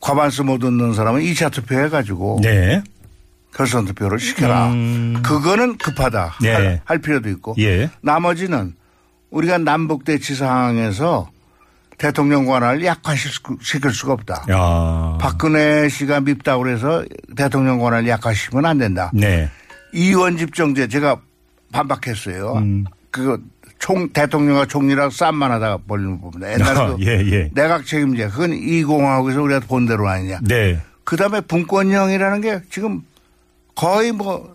Speaker 3: 과반수 못 얻는 사람은 2차 투표해가지고
Speaker 2: 네. 음.
Speaker 3: 결선 투표를 시켜라. 그거는 급하다.
Speaker 2: 예.
Speaker 3: 할, 할 필요도 있고.
Speaker 2: 예.
Speaker 3: 나머지는 우리가 남북 대치 상황에서 대통령 권한을 약화시킬 수가 없다.
Speaker 2: 예. 야.
Speaker 3: 박근혜 씨가 밉다고 해서 대통령 권한을 약화시키면 안 된다.
Speaker 2: 네.
Speaker 3: 이원집정제 제가 반박했어요.
Speaker 2: 음.
Speaker 3: 그거 총 대통령과 총리랑 싸움만 하다가 벌리는 겁니다. 옛날에도
Speaker 2: 예, 예.
Speaker 3: 내각 책임제 그건 이 공화국에서 우리가 본 대로 아니냐.
Speaker 2: 네.
Speaker 3: 그다음에 분권형이라는 게 지금 거의 뭐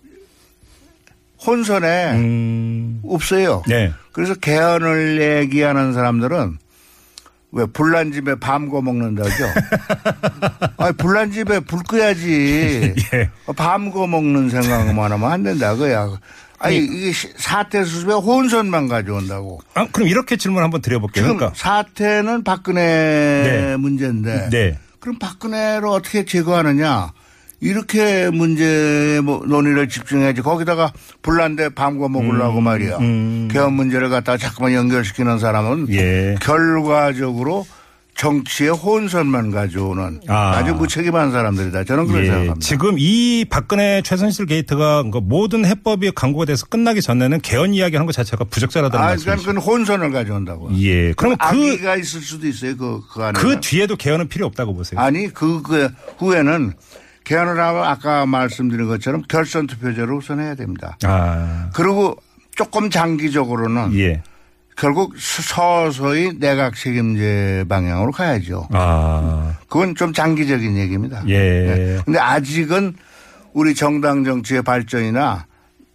Speaker 3: 혼선에
Speaker 2: 음.
Speaker 3: 없어요.
Speaker 2: 네.
Speaker 3: 그래서 개헌을 얘기하는 사람들은 왜 불난 집에 밤 거 먹는다죠? 아니 불난 집에 불 끄야지.
Speaker 2: 예.
Speaker 3: 밤 거 먹는 생각만 하면 안 된다. 그야.
Speaker 2: 예.
Speaker 3: 아니 이게 시- 사태 수습에 혼선만 가져온다고.
Speaker 2: 아, 그럼 이렇게 질문 한번 드려볼게요.
Speaker 3: 지금
Speaker 2: 그러니까.
Speaker 3: 사태는 박근혜
Speaker 2: 네.
Speaker 3: 문제인데
Speaker 2: 네.
Speaker 3: 그럼 박근혜를 어떻게 제거하느냐 이렇게 문제 뭐 논의를 집중해야지 거기다가 불난데 밤과
Speaker 2: 음,
Speaker 3: 먹으려고 말이야 개헌 문제를 갖다가 자꾸만 연결시키는 사람은
Speaker 2: 예.
Speaker 3: 결과적으로 정치의 혼선만 가져오는
Speaker 2: 아.
Speaker 3: 아. 주 무책임한 사람들이다 저는 그렇게
Speaker 2: 예,
Speaker 3: 생각합니다
Speaker 2: 지금 이 박근혜 최순실 게이트가 그러니까 모든 해법이 강구가 돼서 끝나기 전에는 개헌 이야기하는 것 자체가 부적절하다는
Speaker 3: 아
Speaker 2: 말씀이죠.
Speaker 3: 그러니까 그건 혼선을 가져온다고
Speaker 2: 예. 그러면 그,
Speaker 3: 악의가 있을 수도 있어요 그, 그 안에
Speaker 2: 그 뒤에도 개헌은 필요 없다고 보세요.
Speaker 3: 아니 그, 그 후에는 개헌을 하고 아까 말씀드린 것처럼 결선 투표제로 우선해야 됩니다.
Speaker 2: 아,
Speaker 3: 그리고 조금 장기적으로는
Speaker 2: 예.
Speaker 3: 결국 스- 서서히 내각 책임제 방향으로 가야죠.
Speaker 2: 아,
Speaker 3: 그건 좀 장기적인 얘기입니다.
Speaker 2: 예.
Speaker 3: 근데 아직은 우리 정당 정치의 발전이나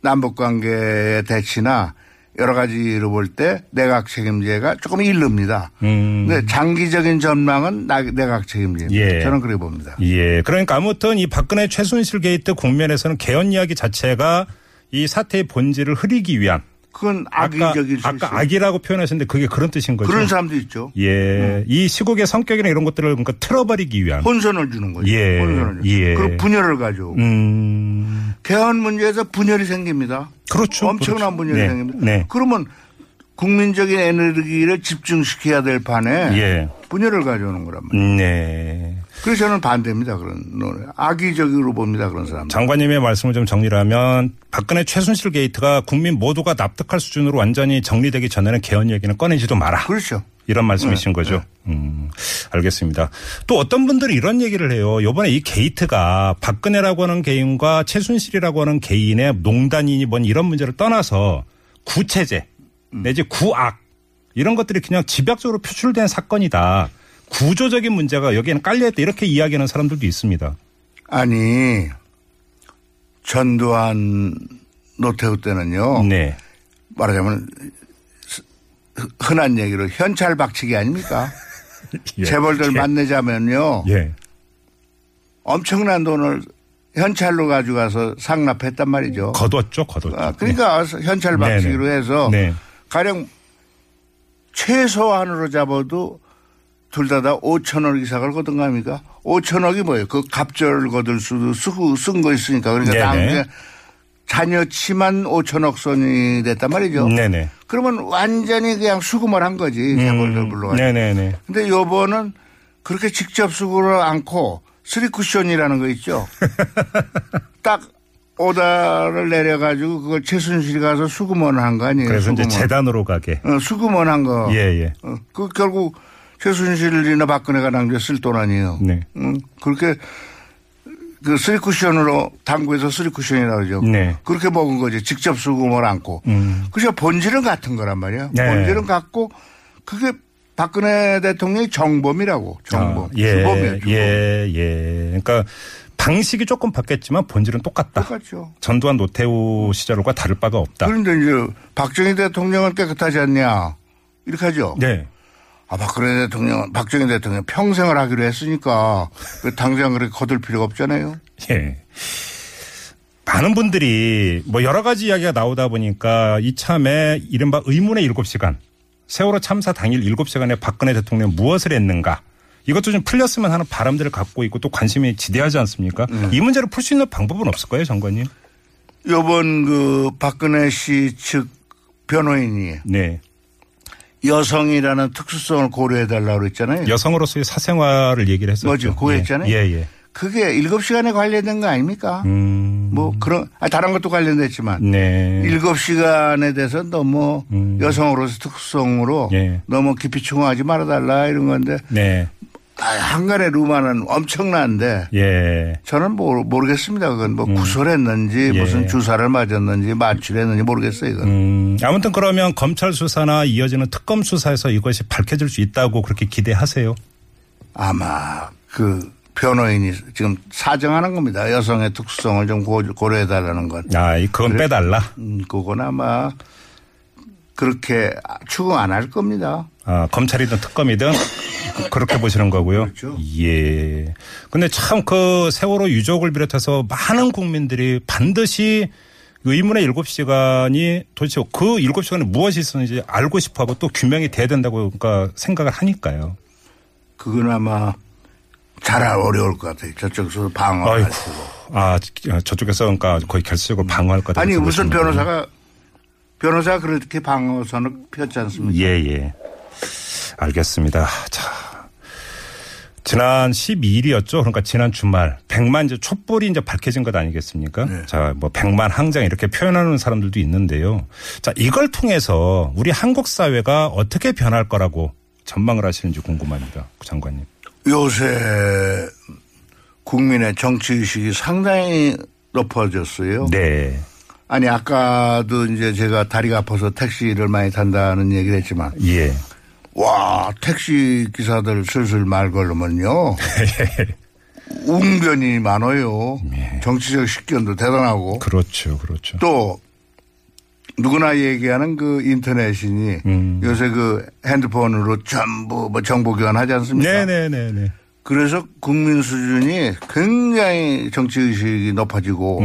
Speaker 3: 남북 관계의 대치나 여러 가지로 볼 때 내각 책임제가 조금 일릅니다. 근데 장기적인 전망은 나- 내각 책임제입니다.
Speaker 2: 음. 예.
Speaker 3: 저는 그렇게 봅니다.
Speaker 2: 예. 그러니까 아무튼 이 박근혜 최순실 게이트 국면에서는 개헌 이야기 자체가 이 사태의 본질을 흐리기 위한
Speaker 3: 그건
Speaker 2: 아까, 그렇죠.
Speaker 3: 악의적인 실수.
Speaker 2: 아까 악이라고 표현하셨는데 그게 그런 뜻인 거죠.
Speaker 3: 그런 사람도 음. 있죠.
Speaker 2: 예. 이 시국의 성격이나 이런 것들을 그러니까 틀어버리기 위한.
Speaker 3: 혼선을 주는 거죠.
Speaker 2: 예.
Speaker 3: 혼선을 주는
Speaker 2: 예.
Speaker 3: 그리고 분열을 가져오고.
Speaker 2: 음.
Speaker 3: 개헌 문제에서 분열이 생깁니다.
Speaker 2: 그렇죠.
Speaker 3: 엄청난
Speaker 2: 그렇죠.
Speaker 3: 분열이
Speaker 2: 네.
Speaker 3: 생깁니다.
Speaker 2: 네.
Speaker 3: 그러면 국민적인 에너지를 집중시켜야 될 판에
Speaker 2: 예.
Speaker 3: 분열을 가져오는 거란 말이에요.
Speaker 2: 네.
Speaker 3: 그래서 저는 반대입니다. 그런 논의. 악의적으로 봅니다. 그런 사람들.
Speaker 2: 장관님의 말씀을 좀 정리하면 박근혜 최순실 게이트가 국민 모두가 납득할 수준으로 완전히 정리되기 전에는 개헌 얘기는 꺼내지도 마라.
Speaker 3: 그렇죠.
Speaker 2: 이런 말씀이신 거죠.
Speaker 3: 네.
Speaker 2: 음, 알겠습니다. 또 어떤 분들이 이런 얘기를 해요. 요번에 이 게이트가 박근혜라고 하는 개인과 최순실이라고 하는 개인의 농단이니 뭔 이런 문제를 떠나서 구체제
Speaker 3: 음.
Speaker 2: 내지 구악 이런 것들이 그냥 집약적으로 표출된 사건이다. 구조적인 문제가 여기에는 깔려있다. 이렇게 이야기하는 사람들도 있습니다.
Speaker 3: 아니 전두환 노태우 때는요.
Speaker 2: 네.
Speaker 3: 말하자면 흔한 얘기로 현찰 박치기 아닙니까?
Speaker 2: 예.
Speaker 3: 재벌들
Speaker 2: 예.
Speaker 3: 만나자면요.
Speaker 2: 예.
Speaker 3: 엄청난 돈을 현찰로 가져가서 상납했단 말이죠.
Speaker 2: 거뒀죠, 거뒀죠.
Speaker 3: 아, 그러니까 현찰 박치기로
Speaker 2: 네네.
Speaker 3: 해서
Speaker 2: 네.
Speaker 3: 가령 최소한으로 잡아도 둘 다 다 5천억 이상을 거둔 거 아닙니까? 5천억이 뭐예요? 그 갑절 거둘 수도 쓰고 쓴 거 있으니까 그러니까
Speaker 2: 네네.
Speaker 3: 당시에 자녀 치만 5천억 선이 됐단 말이죠.
Speaker 2: 네. 네네.
Speaker 3: 그러면 완전히 그냥 수금을 한 거지 재벌들 불러가지고.
Speaker 2: 네네네.
Speaker 3: 근데 요번은 그렇게 직접 수고를 않고 쓰리 쿠션이라는 거 있죠. 딱 오다를 내려가지고 그걸 최순실이 가서 수금원 한 거 아니에요.
Speaker 2: 그래서 이제
Speaker 3: 수금원.
Speaker 2: 재단으로 가게.
Speaker 3: 어, 수금원 한 거.
Speaker 2: 예, 예.
Speaker 3: 어, 그 결국 최순실이나 박근혜가 낭비했을 돈 아니에요.
Speaker 2: 네.
Speaker 3: 음, 그렇게 그 쓰리쿠션으로 당구에서 쓰리쿠션이라고 그러죠.
Speaker 2: 네. 음.
Speaker 3: 그렇게 먹은 거지. 직접 수금을 안고. 그죠. 본질은 같은 거란 말이야.
Speaker 2: 네.
Speaker 3: 본질은 같고 그게 박근혜 대통령이 정범이라고. 정범.
Speaker 2: 아, 예,
Speaker 3: 주범이에요. 주범.
Speaker 2: 예, 예. 그러니까 방식이 조금 바뀌었지만 본질은 똑같다.
Speaker 3: 똑같죠.
Speaker 2: 전두환 노태우 시절과 다를 바가 없다.
Speaker 3: 그런데 이제 박정희 대통령은 깨끗하지 않냐. 이렇게 하죠.
Speaker 2: 네.
Speaker 3: 아, 박근혜 대통령은, 박정희 대통령 평생을 하기로 했으니까 그 당장 그렇게 거둘 필요가 없잖아요.
Speaker 2: 예. 많은 분들이 뭐 여러 가지 이야기가 나오다 보니까 이참에 이른바 의문의 7시간, 세월호 참사 당일 7시간에 박근혜 대통령 무엇을 했는가 이것도 좀 풀렸으면 하는 바람들을 갖고 있고 또 관심이 지대하지 않습니까?
Speaker 3: 음.
Speaker 2: 이 문제를 풀 수 있는 방법은 없을까요, 정관님?
Speaker 3: 요번 그 박근혜 씨 측 변호인이
Speaker 2: 네.
Speaker 3: 여성이라는 특수성을 고려해달라고 그랬잖아요.
Speaker 2: 여성으로서의 사생활을 얘기를 했었죠.
Speaker 3: 뭐죠? 그거
Speaker 2: 예.
Speaker 3: 했잖아요.
Speaker 2: 예, 예.
Speaker 3: 그게 일곱 시간에 관련된 거 아닙니까?
Speaker 2: 음,
Speaker 3: 뭐 그런, 아, 다른 것도 관련됐지만.
Speaker 2: 네. 음.
Speaker 3: 일곱 시간에 대해서 너무 여성으로서 특수성으로
Speaker 2: 예.
Speaker 3: 너무 깊이 충원하지 말아달라 이런 건데
Speaker 2: 네.
Speaker 3: 아, 한간의 루마는 엄청난데
Speaker 2: 예.
Speaker 3: 저는 모르, 모르겠습니다. 그건 뭐 구설했는지
Speaker 2: 음. 예.
Speaker 3: 무슨 주사를 맞았는지 마취했는지 모르겠어요. 이건.
Speaker 2: 음, 아무튼 그러면 검찰 수사나 이어지는 특검 수사에서 이것이 밝혀질 수 있다고 그렇게 기대하세요.
Speaker 3: 아마 그 변호인이 지금 사정하는 겁니다. 여성의 특수성을 좀 고- 고려해달라는 건.
Speaker 2: 아, 이- 그건 빼달라.
Speaker 3: 음, 그건 아마 그렇게 추궁 안 할 겁니다.
Speaker 2: 아, 검찰이든 특검이든 그렇게 보시는 거고요.
Speaker 3: 그렇죠.
Speaker 2: 예. 근데 참 그 세월호 유족을 비롯해서 많은 국민들이 반드시 의문의 7시간이 도대체 그 7시간에 무엇이 있었는지 알고 싶어 하고 또 규명이 돼야 된다고 그러니까 생각을 하니까요.
Speaker 3: 그건 아마 잘 어려울 것 같아요. 저쪽에서 방어.
Speaker 2: 아이고. 아, 저쪽에서 그러니까 거의 결석을 방어할 거다.
Speaker 3: 아니
Speaker 2: 이렇게
Speaker 3: 무슨
Speaker 2: 보시는 거군요.
Speaker 3: 변호사가 변호사가 그렇게 방어선을 폈지 않습니까?
Speaker 2: 예, 예. 알겠습니다. 자. 지난 12일이었죠. 그러니까 지난 주말 100만 이제 촛불이 이제 밝혀진 것 아니겠습니까?
Speaker 3: 네.
Speaker 2: 자, 뭐 100만 항장 이렇게 표현하는 사람들도 있는데요. 자, 이걸 통해서 우리 한국 사회가 어떻게 변할 거라고 전망을 하시는지 궁금합니다. 그 장관님.
Speaker 3: 요새 국민의 정치 의식이 상당히 높아졌어요.
Speaker 2: 네.
Speaker 3: 아니 아까도 이제 제가 다리가 아파서 택시를 많이 탄다는 얘기를 했지만
Speaker 2: 예.
Speaker 3: 와 택시 기사들 슬슬 말 걸으면요 웅변이 많아요
Speaker 2: 네.
Speaker 3: 정치적 식견도 대단하고
Speaker 2: 그렇죠. 그렇죠.
Speaker 3: 또 누구나 얘기하는 그 인터넷이니
Speaker 2: 음.
Speaker 3: 요새 그 핸드폰으로 전부 뭐 정보 교환하지 않습니까?
Speaker 2: 네, 네, 네, 네.
Speaker 3: 그래서 국민 수준이 굉장히 정치 의식이 높아지고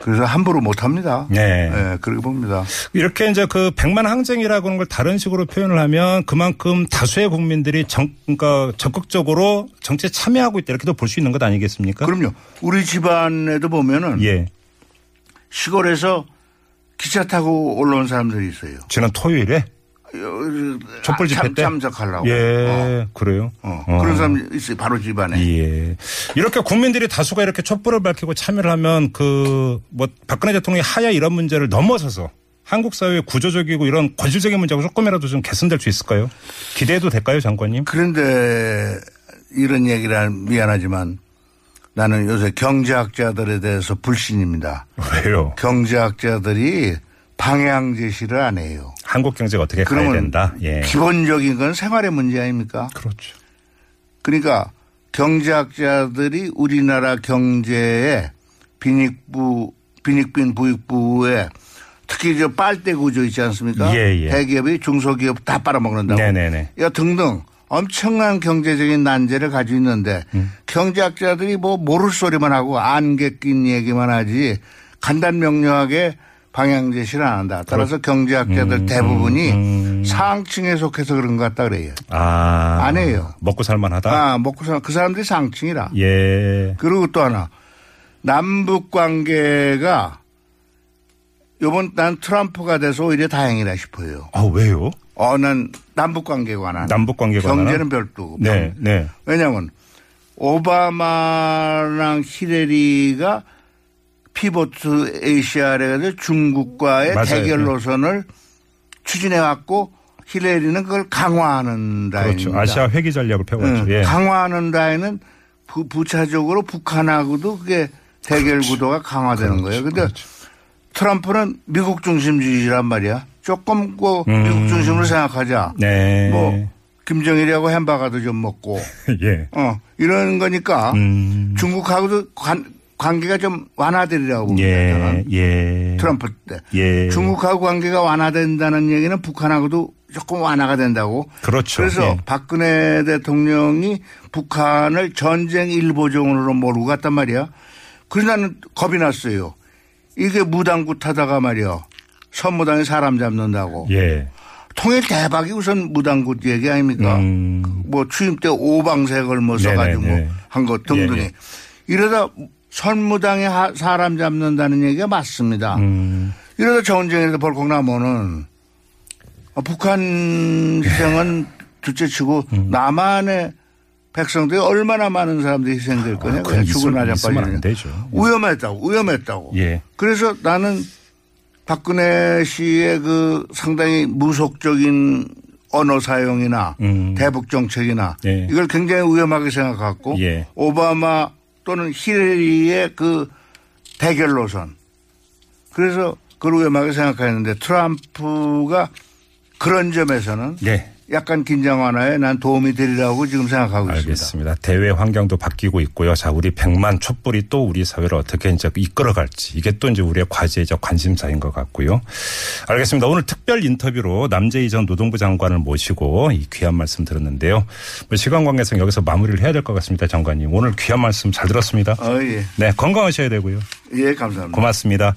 Speaker 3: 그래서 함부로 못 합니다.
Speaker 2: 음. 네.
Speaker 3: 예, 그렇게 봅니다.
Speaker 2: 이렇게 이제 그 백만 항쟁이라고 하는 걸 다른 식으로 표현을 하면 그만큼 다수의 국민들이 정, 그러니까 적극적으로 정치에 참여하고 있다 이렇게도 볼 수 있는 것 아니겠습니까?
Speaker 3: 그럼요. 우리 집안에도 보면은
Speaker 2: 예.
Speaker 3: 시골에서 기차 타고 올라온 사람들이 있어요.
Speaker 2: 지난 토요일에 촛불 집회
Speaker 3: 아, 참,
Speaker 2: 때?
Speaker 3: 참석하려고.
Speaker 2: 예 그래요.
Speaker 3: 어,
Speaker 2: 어.
Speaker 3: 그런 사람 있어요. 바로 집안에.
Speaker 2: 예. 이렇게 국민들이 다수가 이렇게 촛불을 밝히고 참여를 하면 그 뭐 박근혜 대통령이 하야 이런 문제를 넘어서서 한국 사회의 구조적이고 이런 권질적인 문제가 조금이라도 좀 개선될 수 있을까요? 기대해도 될까요, 장관님?
Speaker 3: 그런데 이런 얘기를 하면 미안하지만 나는 요새 경제학자들에 대해서 불신입니다.
Speaker 2: 왜요?
Speaker 3: 경제학자들이 방향 제시를 안 해요.
Speaker 2: 한국 경제가 어떻게 가야
Speaker 3: 그러면
Speaker 2: 된다. 예.
Speaker 3: 기본적인 건 생활의 문제 아닙니까?
Speaker 2: 그렇죠.
Speaker 3: 그러니까 경제학자들이 우리나라 경제의 빈익부, 빈익빈 부익부에 특히 저 빨대 구조 있지 않습니까?
Speaker 2: 예, 예.
Speaker 3: 대기업이 중소기업 다 빨아먹는다고.
Speaker 2: 네네네.
Speaker 3: 야, 등등 엄청난 경제적인 난제를 가지고 있는데
Speaker 2: 음.
Speaker 3: 경제학자들이 뭐 모를 소리만 하고 안개 낀 얘기만 하지 간단 명료하게 방향 제시를 안 한다. 따라서 경제학자들
Speaker 2: 음,
Speaker 3: 대부분이 상층에 속해서 그런 것 같다 그래요.
Speaker 2: 아.
Speaker 3: 안 해요.
Speaker 2: 먹고 살만하다?
Speaker 3: 아, 먹고 사는 그 사람들이 상층이라.
Speaker 2: 예.
Speaker 3: 그리고 또 하나 남북 관계가 요번 난 트럼프가 돼서 오히려 다행이라 싶어요.
Speaker 2: 아, 왜요?
Speaker 3: 어, 난 남북 관계에 관한
Speaker 2: 남북 관계에 관한?
Speaker 3: 경제는 별도고.
Speaker 2: 네, 네.
Speaker 3: 왜냐하면 오바마랑 히레리가 피보트 ACR에서 중국과의
Speaker 2: 맞아요.
Speaker 3: 대결
Speaker 2: 네.
Speaker 3: 노선을 추진해 왔고 히레리는 그걸 강화하는 라인입니다.
Speaker 2: 그렇죠. 아시아 회기 전략을 펴가지고.
Speaker 3: 응.
Speaker 2: 예.
Speaker 3: 강화하는 음, 라인은 부, 부차적으로 북한하고도 그게 대결
Speaker 2: 그렇죠.
Speaker 3: 구도가 강화되는 거예요. 근데 트럼프는 미국 중심주의란 말이야. 조금 그 미국 중심으로 생각하자.
Speaker 2: 음. 네.
Speaker 3: 뭐 김정일이하고 햄버거도 좀 먹고
Speaker 2: 예.
Speaker 3: 어 이런 거니까
Speaker 2: 음.
Speaker 3: 중국하고도 관, 관계가 좀 완화되리라고 봅니다.
Speaker 2: 예.
Speaker 3: 저는.
Speaker 2: 예.
Speaker 3: 트럼프 때
Speaker 2: 예.
Speaker 3: 중국하고 관계가 완화된다는 얘기는 북한하고도 조금 완화가 된다고.
Speaker 2: 그렇죠.
Speaker 3: 래서
Speaker 2: 예.
Speaker 3: 박근혜 대통령이 북한을 전쟁 일보종으로 몰고 갔단 말이야. 그래서 나는 겁이 났어요. 이게 무당구 타다가 말이야. 선무당이 사람 잡는다고.
Speaker 2: 예.
Speaker 3: 통일 대박이 우선 무당구 얘기 아닙니까?
Speaker 2: 음.
Speaker 3: 그뭐 취임 때 오방색을 뭐 써가지고
Speaker 2: 네네네.
Speaker 3: 한 것 등등이.
Speaker 2: 예, 예.
Speaker 3: 이러다 선무당에 하- 사람 잡는다는 얘기가 맞습니다.
Speaker 2: 음.
Speaker 3: 이러다 전쟁에서 벌컥 나면은 아, 북한 희생은 둘째 치고
Speaker 2: 음.
Speaker 3: 남한의 백성들이 얼마나 많은 사람들이 희생될 거냐.
Speaker 2: 아, 그건
Speaker 3: 그냥 죽을
Speaker 2: 있으면-
Speaker 3: 나자
Speaker 2: 있으면 안
Speaker 3: 빠지냐.
Speaker 2: 되죠.
Speaker 3: 위험했다고, 위험했다고.
Speaker 2: 예.
Speaker 3: 그래서 나는 박근혜 씨의 그 상당히 무속적인 언어 사용이나
Speaker 2: 음.
Speaker 3: 대북 정책이나
Speaker 2: 예.
Speaker 3: 이걸 굉장히 위험하게 생각했고
Speaker 2: 예.
Speaker 3: 오바마 또는 힐리의 그 대결 노선 그래서 그걸 위험하게 생각했는데 트럼프가 그런 점에서는
Speaker 2: 예.
Speaker 3: 약간 긴장 완화에 난 도움이 되리라고 지금 생각하고 있습니다.
Speaker 2: 알겠습니다. 대외 환경도 바뀌고 있고요. 자, 우리 백만 촛불이 또 우리 사회를 어떻게 이제 이끌어갈지 이게 또 이제 우리의 과제이자 관심사인 것 같고요. 알겠습니다. 오늘 특별 인터뷰로 남재희 전 노동부 장관을 모시고 이 귀한 말씀 들었는데요. 뭐 시간 관계상 여기서 마무리를 해야 될 것 같습니다, 장관님. 오늘 귀한 말씀 잘 들었습니다.
Speaker 3: 어, 예.
Speaker 2: 네, 건강하셔야 되고요.
Speaker 3: 예, 감사합니다.
Speaker 2: 고맙습니다.